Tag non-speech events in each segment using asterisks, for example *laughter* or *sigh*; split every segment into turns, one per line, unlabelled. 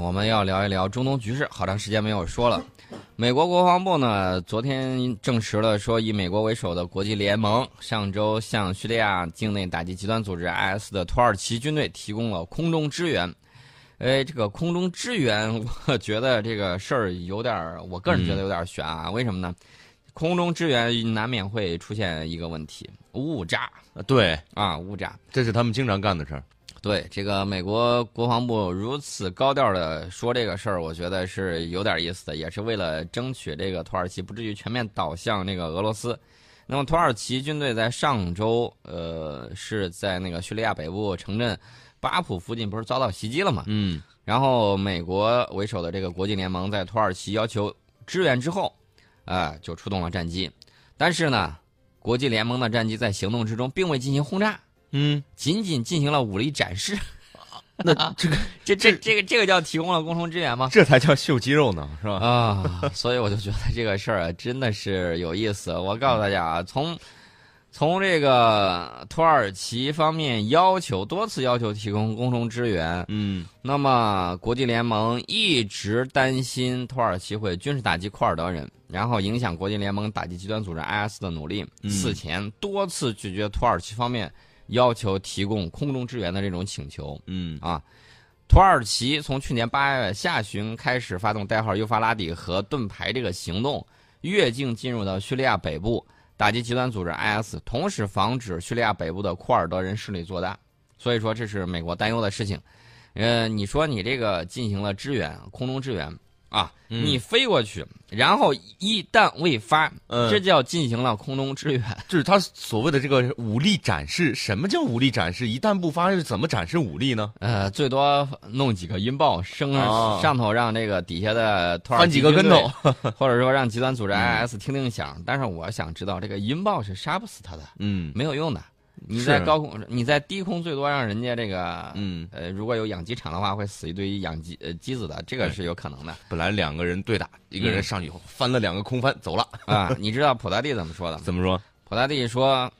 我们要聊一聊中东局势，好长时间没有说了。美国国防部呢，昨天证实了说，以美国为首的国际联盟上周向叙利亚境内打击极端组织 IS 的土耳其军队提供了空中支援。哎，这个空中支援， *laughs* 我觉得这个事儿有点儿，我个人觉得有点儿悬啊。为什么呢？空中支援难免会出现一个问题，误炸
啊对，
啊，误炸。
这是他们经常干的事儿。
对这个美国国防部如此高调的说这个事儿，我觉得是有点意思的，也是为了争取这个土耳其不至于全面倒向那个俄罗斯。那么土耳其军队在上周，呃，是在那个叙利亚北部城镇巴普附近，不是遭到袭击了吗？
嗯，
然后美国为首的这个国际联盟在土耳其要求支援之后，啊、就出动了战机。但是呢，国际联盟的战机在行动之中并未进行轰炸，
嗯，
仅仅进行了武力展示。啊
那这个
这这这个这个叫提供了空中支援吗？
这才叫秀肌肉呢，是吧？
啊，所以我就觉得这个事儿啊真的是有意思。我告诉大家啊，从从这个土耳其方面要求多次要求提供空中支援，
*laughs* 嗯，
那么国际联盟一直担心土耳其会军事打击库尔德人，然后影响国际联盟打击极端组织 IS 的努力。
嗯
此前多次拒绝土耳其方面要求提供空中支援的这种请求。
嗯，
啊，土耳其从去年八月下旬开始发动代号“幼发拉底河盾牌”这个行动，越境进入到叙利亚北部，打击极端组织 IS，同时防止叙利亚北部的库尔德人势力做大。所以说，这是美国担忧的事情。呃，你说你这个进行了支援，空中支援啊，
嗯
你飞过去，然后一旦未发，
嗯
这叫进行了空中支援。
就是他所谓的这个武力展示。什么叫武力展示？一旦不发，又怎么展示武力呢？
呃，最多弄几个音爆，升上、
哦
上头，让这个底下的土耳
翻
其
几个跟
军队
头。
*laughs*
嗯
或者说让极端组织 IS 听听响。但是我想知道，这个音爆是杀不死他的，
嗯
没有用的。你
是
在高空，你在低空最多让人家这个，
嗯，
呃，如果有养鸡场的话，会死一堆养鸡呃鸡子的，这个
对
是有可能的
本来两个人对打，一个人上去以后翻了两个空翻走了，
啊。你知道普大帝怎么说的吗？
*laughs* 怎么说？
普大帝说，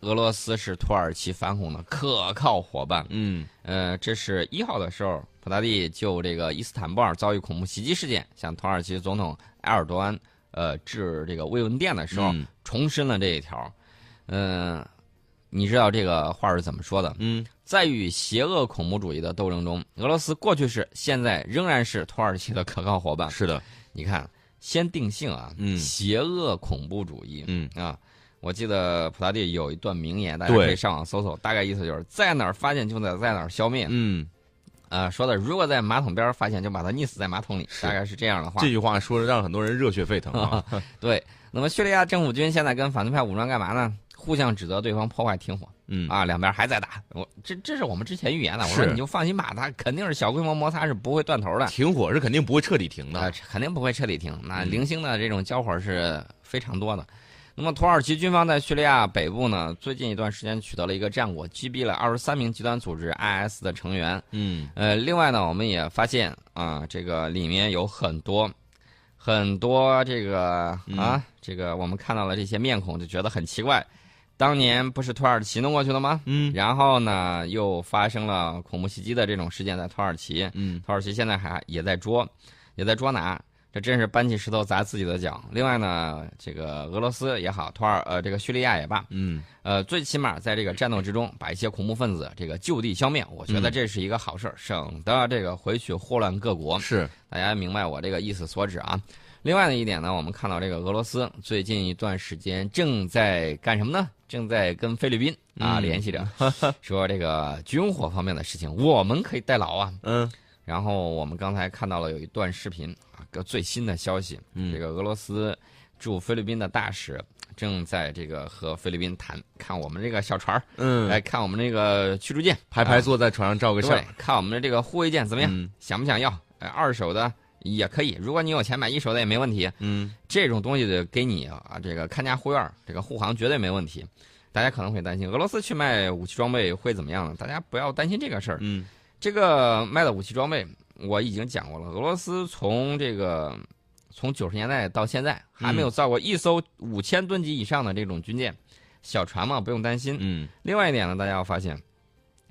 俄罗斯是土耳其反恐的可靠伙伴。
嗯
呃，这是一号的时候，普大帝就这个伊斯坦布尔遭遇恐怖袭击事件，向土耳其总统埃尔多安呃致这个慰问电的时候，
嗯
重申了这一条。嗯、你知道这个话是怎么说的？
嗯
在与邪恶恐怖主义的斗争中，俄罗斯过去是，现在仍然是土耳其的可靠伙伴。
是的，
你看，先定性啊，
嗯
邪恶恐怖主义，
嗯
啊。我记得普大帝有一段名言，大家可以
对
上网搜搜，大概意思就是在哪儿发现就得在哪儿消灭。
嗯，
呃，说的如果在马桶边儿发现，就把它溺死在马桶里，
是
大概是这样的话
这。句话说的让很多人热血沸腾 *laughs* 啊。
对，那么叙利亚政府军现在跟反对派武装干嘛呢？互相指责对方破坏停火
嗯
啊，两边还在打。我这这是我们之前预言的，我说
是
你就放心吧，它肯定是小规模摩擦是不会断头的，
停火是肯定不会彻底停
啊、
的。
肯定不会彻底停。那
嗯
零星的这种交火是非常多的。那么土耳其军方在叙利亚北部呢，最近一段时间取得了一个战果，击毙了二十三名极端组织 IS 的成员。
嗯
呃，另外呢，我们也发现啊，这个里面有很多很多这个啊，
嗯
这个我们看到了这些面孔，就觉得很奇怪。当年不是土耳其弄过去的吗？
嗯
然后呢，又发生了恐怖袭击的这种事件在土耳其，
嗯
土耳其现在还也在捉，也在捉拿，这真是搬起石头砸自己的脚。另外呢，这个俄罗斯也好，土耳呃这个叙利亚也罢，
嗯，
呃，最起码在这个战斗之中，把一些恐怖分子这个就地消灭，我觉得这是一个好事儿，省得这个回去祸乱各国。
是
大家明白我这个意思所指啊。另外的一点呢，我们看到这个俄罗斯最近一段时间正在干什么呢？正在跟菲律宾啊
嗯
联系着，说这个军火方面的事情，我们可以代劳啊。
嗯
然后我们刚才看到了有一段视频啊，个最新的消息，
嗯
这个俄罗斯驻菲律宾的大使正在这个和菲律宾谈，看我们这个小船儿，
嗯，
来看我们这个驱逐舰，
排排坐在船上照个相
对。，看我们的这个护卫舰怎么样，
嗯
想不想要？呃二手的也可以，如果你有钱买一手的也没问题。
嗯
这种东西得给你啊，这个看家护院儿，这个护航绝对没问题。大家可能会担心俄罗斯去卖武器装备会怎么样呢？大家不要担心这个事儿。
嗯
这个卖的武器装备，我已经讲过了。俄罗斯从这个从九十年代到现在，
嗯
还没有造过一艘五千吨级以上的这种军舰，小船嘛，不用担心。
嗯
另外一点呢，大家要发现，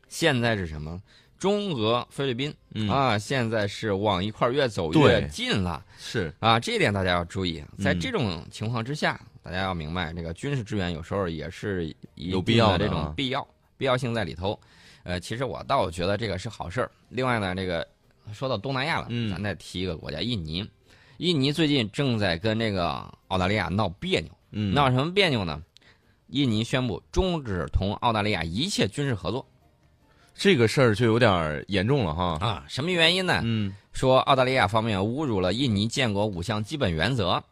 现在是什么？中俄菲律宾、
嗯
啊，现在是往一块儿越走
对
越近了
是
啊，这一点大家要注意。啊在
嗯
这种情况之下，大家要明白，这个军事支援有时候也是一
有
定
必要
的
的
这种
啊
必要必要性在里头。呃，其实我倒觉得这个是好事儿。另外呢，这个说到东南亚了，
嗯
咱再提一个国家，印尼。印尼最近正在跟这个澳大利亚闹别扭，
嗯
闹什么别扭呢？印尼宣布终止同澳大利亚一切军事合作
这个事儿就有点儿严重了哈。
啊！什么原因呢？
嗯
说澳大利亚方面侮辱了印尼建国五项基本原则，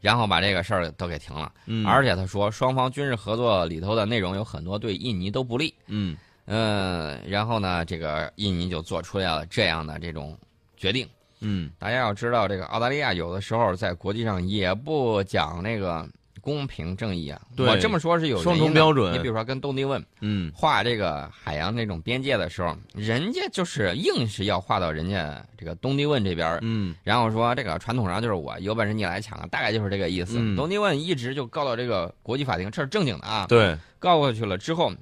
然后把这个事儿都给停了。
嗯，
而且他说，双方军事合作里头的内容有很多对印尼都不利。
嗯
嗯，然后呢，这个印尼就做出来了这样的这种决定。
嗯
大家要知道，这个澳大利亚有的时候在国际上也不讲那个公平正义啊。
对
我这么说是有原因的啊
双重标准
你比如说跟东帝汶
嗯，
画这个海洋那种边界的时候，人家就是硬是要画到人家这个东帝汶这边儿，
嗯
然后说这个传统上就是我有本事你来抢啊，大概就是这个意思。
嗯
东帝汶一直就告到这个国际法庭，这是正经的啊，
对，
告过去了之后，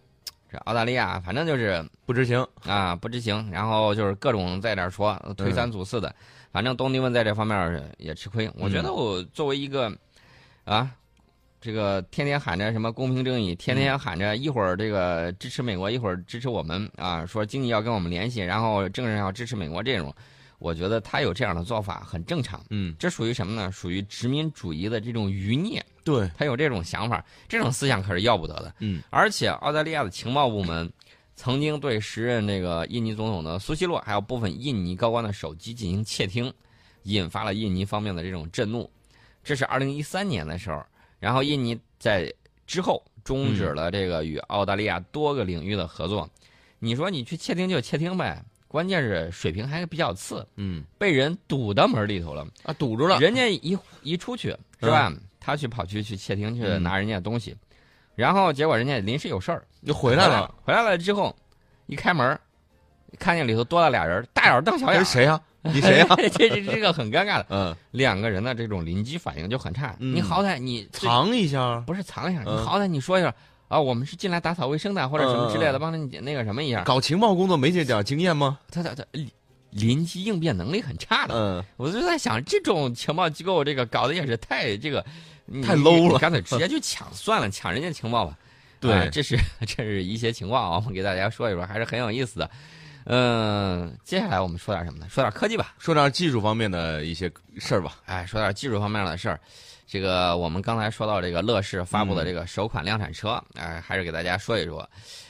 这澳大利亚反正就是
不执行。
啊不执行，然后就是各种在这儿说呃推三阻四的，
嗯
反正东帝汶在这方面儿也吃亏。我觉得我作为一个啊。这个天天喊着什么公平正义，天天喊着一会儿这个支持美国，一会儿支持我们啊，说经济要跟我们联系，然后政治上要支持美国这种，我觉得他有这样的做法很正常。
嗯，
这属于什么呢？属于殖民主义的这种余孽，
对，
他有这种想法，这种思想可是要不得的。
嗯，
而且澳大利亚的情报部门曾经对时任这个印尼总统的苏西洛还有部分印尼高官的手机进行窃听，引发了印尼方面的这种震怒。这是二零一三年的时候，然后印尼在之后终止了这个与澳大利亚多个领域的合作。你说你去窃听就窃听呗，关键是水平还比较次，
嗯
被人堵到门里头了。
啊，堵住了。
人家一一出去是吧？
嗯
他去跑区去窃听去拿人家的东西，然后结果人家临时有事儿
就回来了，，
回来了之后一开门，看见里头多了俩人，大眼瞪小哎
这
眼
是。
*laughs*
哎谁呀？你谁呀？啊
这这这个很尴尬的，
嗯，
两个人的这种临机反应就很差。
嗯
你好歹你这
藏一下。
不是藏一下，
嗯
你好歹你说一下啊，我们是进来打扫卫生的，或者什么之类的，帮着你那个什么一下。
嗯搞情报工作没这点经验吗？
他他他临机应变能力很差的，
嗯，
我就在想，这种情报机构这个搞得也是太这个你
太 low 了
你干脆直接去
*laughs*
抢算了，抢人家情报吧。
对
啊这是 *laughs* 这是一些情况啊，我们给大家说一说，还是很有意思的。嗯、接下来我们说点什么呢？说点科技吧。
说点技术方面的一些事儿吧。
哎，说点技术方面的事儿。这个我们刚才说到这个乐视发布
嗯
的这个首款量产车，哎，还是给大家说一说。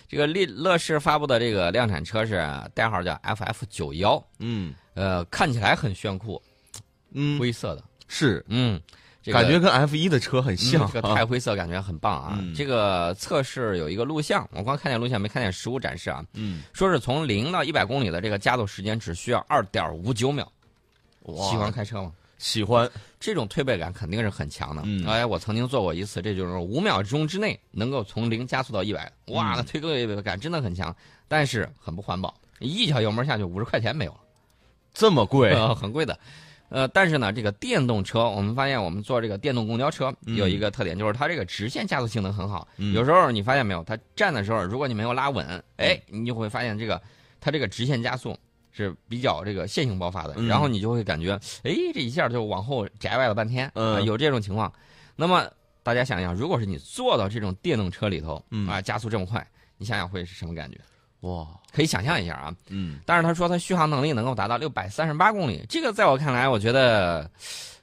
这个乐乐视发布的这个量产车是代号叫 FF 九幺，
嗯
呃，看起来很炫酷，
嗯，
灰色的，
是，
嗯，这个、
感觉跟 F 一的车很像
嗯这个
啊。
钛灰色感觉很棒啊！
嗯
这个测试有一个录像，我光看见录像没看见实物展示啊。
嗯，
说是从零到一百公里的这个加速时间只需要二点五九秒。喜欢开车吗？
喜欢，
这种推背感肯定是很强的。
嗯
哎，我曾经做过一次，这就是五秒钟之内能够从零加速到一百，哇，
嗯
那推背感真的很强，但是很不环保，一脚油门下去五十块钱没有了。
这么贵，
呃， *laughs* 很贵的。呃，但是呢，这个电动车，我们发现我们坐这个电动公交车
嗯
有一个特点，就是它这个直线加速性能很好。
嗯
有时候你发现没有，它站的时候，如果你没有拉稳，哎，你就会发现这个它这个直线加速是比较这个线性爆发的，
嗯
然后你就会感觉，哎，这一下就往后摘歪了半天，
嗯
啊有这种情况。那么大家想想，如果是你坐到这种电动车里头，
嗯
啊，加速这么快，你想想会是什么感觉？
哇，
可以想象一下啊。
嗯，
但是他说他续航能力能够达到六百三十八公里，这个在我看来，我觉得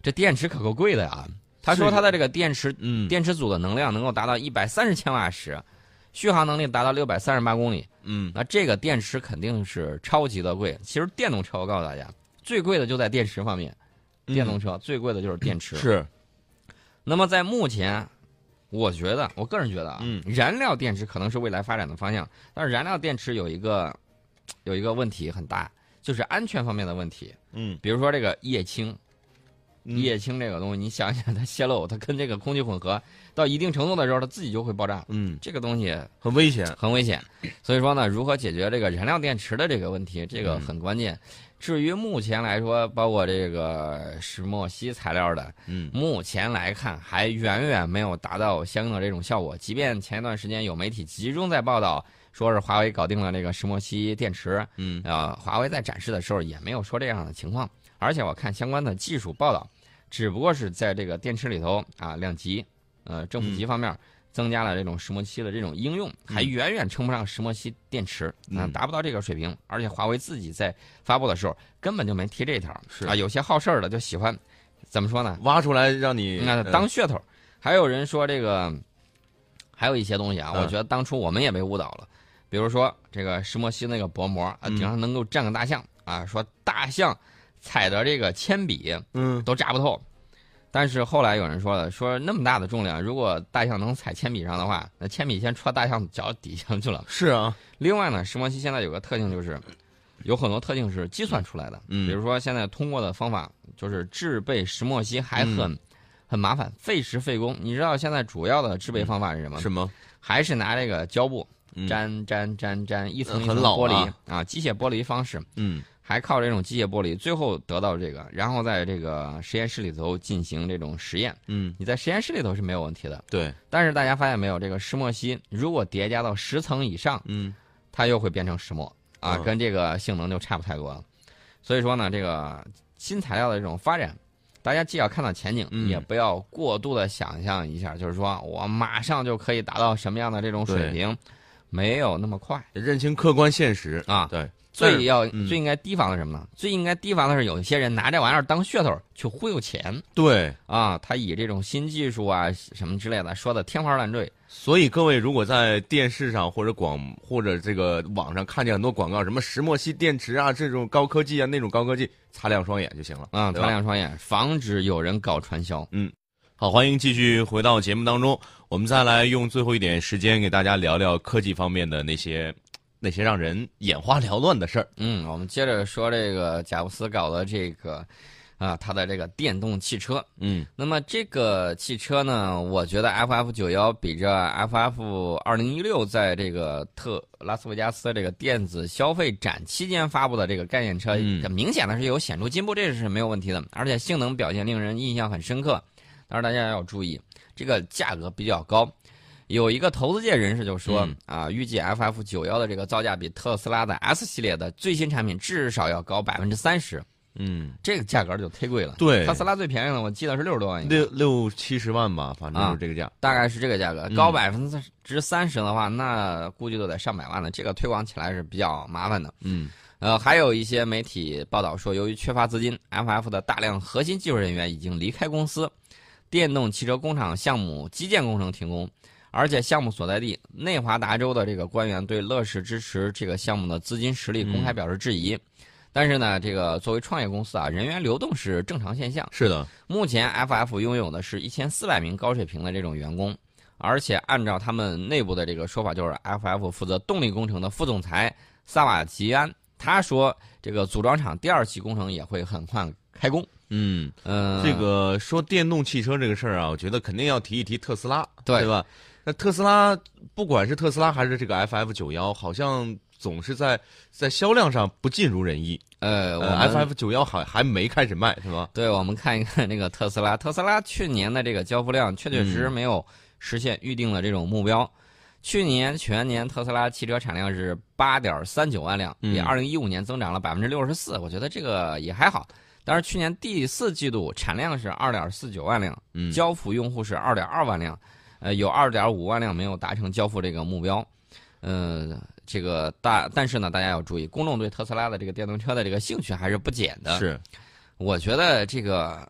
这电池可够贵的啊。他说他的这个电池
嗯，
电池组的能量能够达到一百三十千瓦时，续航能力达到六百三十八公里，
嗯，
那这个电池肯定是超级的贵。其实电动车，我告诉大家，最贵的就在电池方面，
嗯
电动车最贵的就是电池。
是，
那么在目前，我觉得，我个人觉得啊，
嗯
燃料电池可能是未来发展的方向，但是燃料电池有一个有一个问题很大，就是安全方面的问题。
嗯，
比如说这个液氢，
嗯
液氢这个东西，你想想它泄漏，它跟这个空气混合到一定程度的时候，它自己就会爆炸，
嗯，
这个东西
很危险。
很危险。所以说呢，如何解决这个燃料电池的这个问题，这个很关键。至于目前来说，包括这个石墨烯材料的，
嗯
目前来看，还远远没有达到相应的这种效果。即便前一段时间有媒体集中在报道说是华为搞定了这个石墨烯电池，
嗯
呃，华为在展示的时候也没有说这样的情况，而且我看相关的技术报道，只不过是在这个电池里头啊两极，呃，正负极方面增加了这种石墨烯的这种应用，还远远称不上石墨烯电池，
嗯
啊，达不到这个水平。而且华为自己在发布的时候根本就没提这条，
是
啊，有些好事儿的就喜欢怎么说呢？
挖出来让你
嗯那
呃
当噱头。还有人说这个，还有一些东西啊，
嗯
我觉得当初我们也被误导了。比如说这个石墨烯那个薄膜啊，
嗯
顶上能够站个大象啊，说大象踩着这个铅笔
嗯
都扎不透。但是后来有人说了，说那么大的重量，如果大象能踩铅笔上的话，那铅笔先戳大象脚底下去了。
是啊，
另外呢，石墨烯现在有个特性就是，有很多特性是计算出来的。
嗯
比如说现在通过的方法就是制备石墨烯还很、
嗯
很麻烦，费时费工。你知道现在主要的制备方法是什么？
什么
还是拿这个胶布
嗯
粘粘粘粘一层
呃
一层
很老
玻璃
啊
机械玻璃方式，
嗯
还靠这种机械玻璃，最后得到这个，然后在这个实验室里头进行这种实验。
嗯
你在实验室里头是没有问题的，
对
但是大家发现没有，这个石墨烯如果叠加到十层以上。
嗯
它又会变成石墨啊，
嗯
跟这个性能就差不太多了。所以说呢，这个新材料的这种发展，大家既要看到前景，
嗯
也不要过度的想象一下，就是说我马上就可以达到什么样的这种水
对
平，没有那么快
认清客观现实
啊。
对
最要、
嗯
最应该提防的是什么呢？最应该提防的是有一些人拿这玩意儿当噱头去忽悠钱
对，
啊，他以这种新技术啊什么之类的说的天花乱坠，
所以各位如果在电视上或者广或者这个网上看见很多广告，什么石墨烯电池啊这种高科技啊那种高科技，擦亮双眼就行了
啊，
对
擦
吧
亮双眼，防止有人搞传销。
好，欢迎继续回到节目当中，我们再来用最后一点时间给大家聊聊科技方面的那些那些让人眼花缭乱的事儿。
嗯，我们接着说这个贾布斯搞的这个，啊，他的这个电动汽车。
嗯
那么这个汽车呢，我觉得 FF 九幺比着 FF 二零一六在这个特拉斯维加斯这个电子消费展期间发布的这个概念车，
嗯
很明显的是有显著进步，这是没有问题的。而且性能表现令人印象很深刻，但是大家要注意，这个价格比较高。有一个投资界人士就说、
嗯
啊，预计 FF 九幺的这个造价比特斯拉的 S 系列的最新产品至少要高百分之三十，
嗯，
这个价格就忒贵了。
对
特，斯拉最便宜的我记得是六十多万，
六六七十万吧，反正就是这个价。
啊大概是这个价格，
嗯
高百分之三十的话，那估计都得上百万了。这个推广起来是比较麻烦的。
嗯
呃，还有一些媒体报道说，由于缺乏资金，FF 的大量核心技术人员已经离开公司，电动汽车工厂项目基建工程停工，而且项目所在地内华达州的这个官员对乐视支持这个项目的资金实力公开表示质疑。但是呢，这个作为创业公司啊，人员流动是正常现象。
是的，
目前 FF 拥有的是一千四百名高水平的这种员工，而且按照他们内部的这个说法，就是 FF 负责动力工程的副总裁萨瓦吉安，他说这个组装厂第二期工程也会很快开工。
嗯，
嗯，
这个说电动汽车这个事儿啊，我觉得肯定要提一提特斯拉，
对
吧？那特斯拉不管是特斯拉还是这个 FF 九幺，好像总是在在销量上不尽如人意。
呃，我们、
呃，FF 九幺还还没开始卖是吧？
对，我们看一看这个特斯
*laughs*
拉。特斯拉去年的这个交付量确确实
嗯
实没有实现预定的这种目标。去年全年特斯拉汽车产量是八点三九万辆，
嗯
比二零一五年增长了百分之六十四。我觉得这个也还好。但是去年第四季度产量是二点四九万辆，
嗯
交付用户是二点二万辆，呃，有二点五万辆没有达成交付这个目标。嗯，这个大，但是呢，大家要注意，公众对特斯拉的这个电动车的这个兴趣还是不减的。
是，
我觉得这个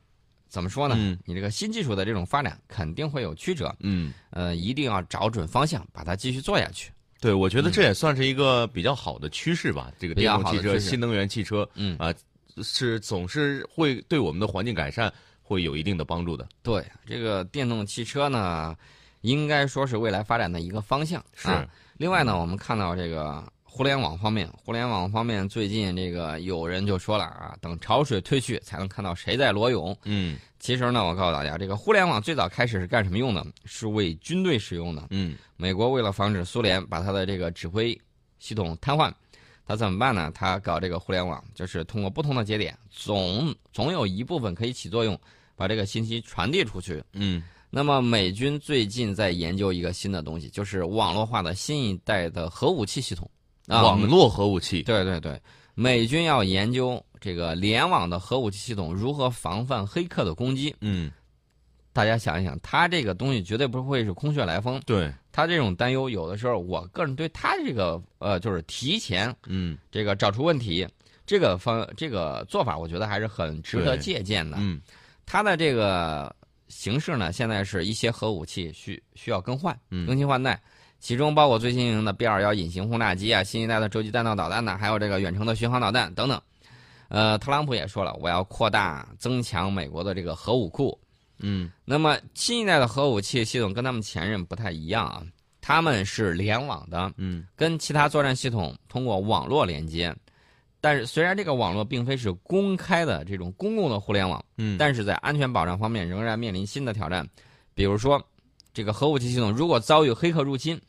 怎么说呢？
嗯
你这个新技术的这种发展肯定会有曲折，
嗯，
呃，一定要找准方向，把它继续做下去。
对，我觉得这也算是一个比较好的趋势吧。这个
比
电
较
动
好的
汽车、
趋势
新能源汽车啊
嗯，
是总是会对我们的环境改善会有一定的帮助的。
对，这个电动汽车呢，应该说是未来发展的一个方向。啊另外呢，我们看到这个互联网方面，互联网方面最近这个有人就说了啊，等潮水退去，才能看到谁在裸泳。
嗯
其实呢，我告诉大家，这个互联网最早开始是干什么用的？是为军队使用的。
嗯
美国为了防止苏联把它的这个指挥系统瘫痪，它怎么办呢？它搞这个互联网，就是通过不同的节点，总总有一部分可以起作用，把这个信息传递出去。
嗯
那么美军最近在研究一个新的东西，就是网络化的新一代的核武器系统啊。
网络核武器，
对对对，美军要研究这个联网的核武器系统如何防范黑客的攻击。
嗯，
大家想一想，他这个东西绝对不会是空穴来风。
对，
他这种担忧，有的时候我个人对他这个呃，就是提前
嗯
这个找出问题这个方这个做法，我觉得还是很值得
对
借鉴的。
嗯
它的这个形式呢，现在是一些核武器需需要更换、
嗯
更新换代，其中包括最新型的 B 2 1隐形轰炸机啊、新一代的洲际弹道导弹呐、还有这个远程的巡航导弹等等。呃，特朗普也说了，我要扩大增强美国的这个核武库。
嗯
那么新一代的核武器系统跟他们前任不太一样啊，他们是联网的，
嗯
跟其他作战系统通过网络连接。但是虽然这个网络并非是公开的这种公共的互联网。
嗯，
但是在安全保障方面仍然面临新的挑战，比如说，这个核武器系统如果遭遇黑客入侵，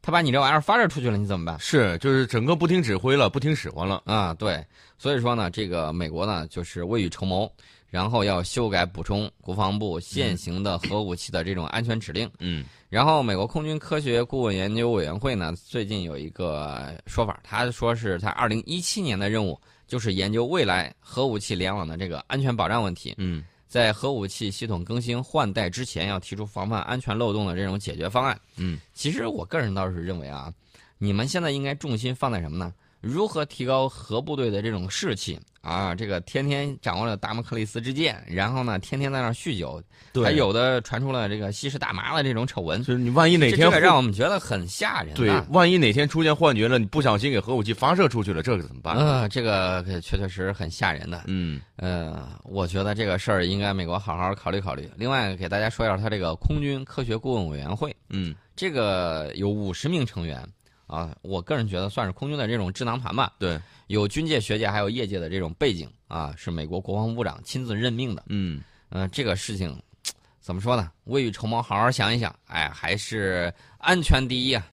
他把你这玩意儿发射出去了，你怎么办？
是就是整个不听指挥了，不听使唤了。
啊，对，所以说呢，这个美国呢就是未雨绸缪，然后要修改补充国防部现行的核武器的这种安全指令。
嗯
然后，美国空军科学顾问研究委员会呢最近有一个说法，他说是他二零一七年的任务就是研究未来核武器联网的这个安全保障问题。
嗯
在核武器系统更新换代之前，要提出防范安全漏洞的这种解决方案。
嗯，
其实我个人倒是认为啊，你们现在应该重心放在什么呢？如何提高核部队的这种士气啊？这个天天掌握着达摩克里斯之剑，然后呢，天天在那儿酗酒，
对
还有的传出了这个吸食大麻的这种丑闻，
就是你万一哪
这
天
这个让我们觉得很吓人、啊。
对，万一哪天出现幻觉了，你不小心给核武器发射出去了，这可怎么办？
嗯、这个可确确实实很吓人的。
嗯
呃，我觉得这个事儿应该美国好好考虑考虑。另外，给大家说一下，它这个空军科学顾问委员会，
嗯
这个有五十名成员啊，我个人觉得算是空军的这种智囊团吧，
对，
有军界、学界还有业界的这种背景啊，是美国国防部长亲自任命的。
嗯
嗯、这个事情怎么说呢？未雨绸缪，好好想一想。哎，还是安全第一啊。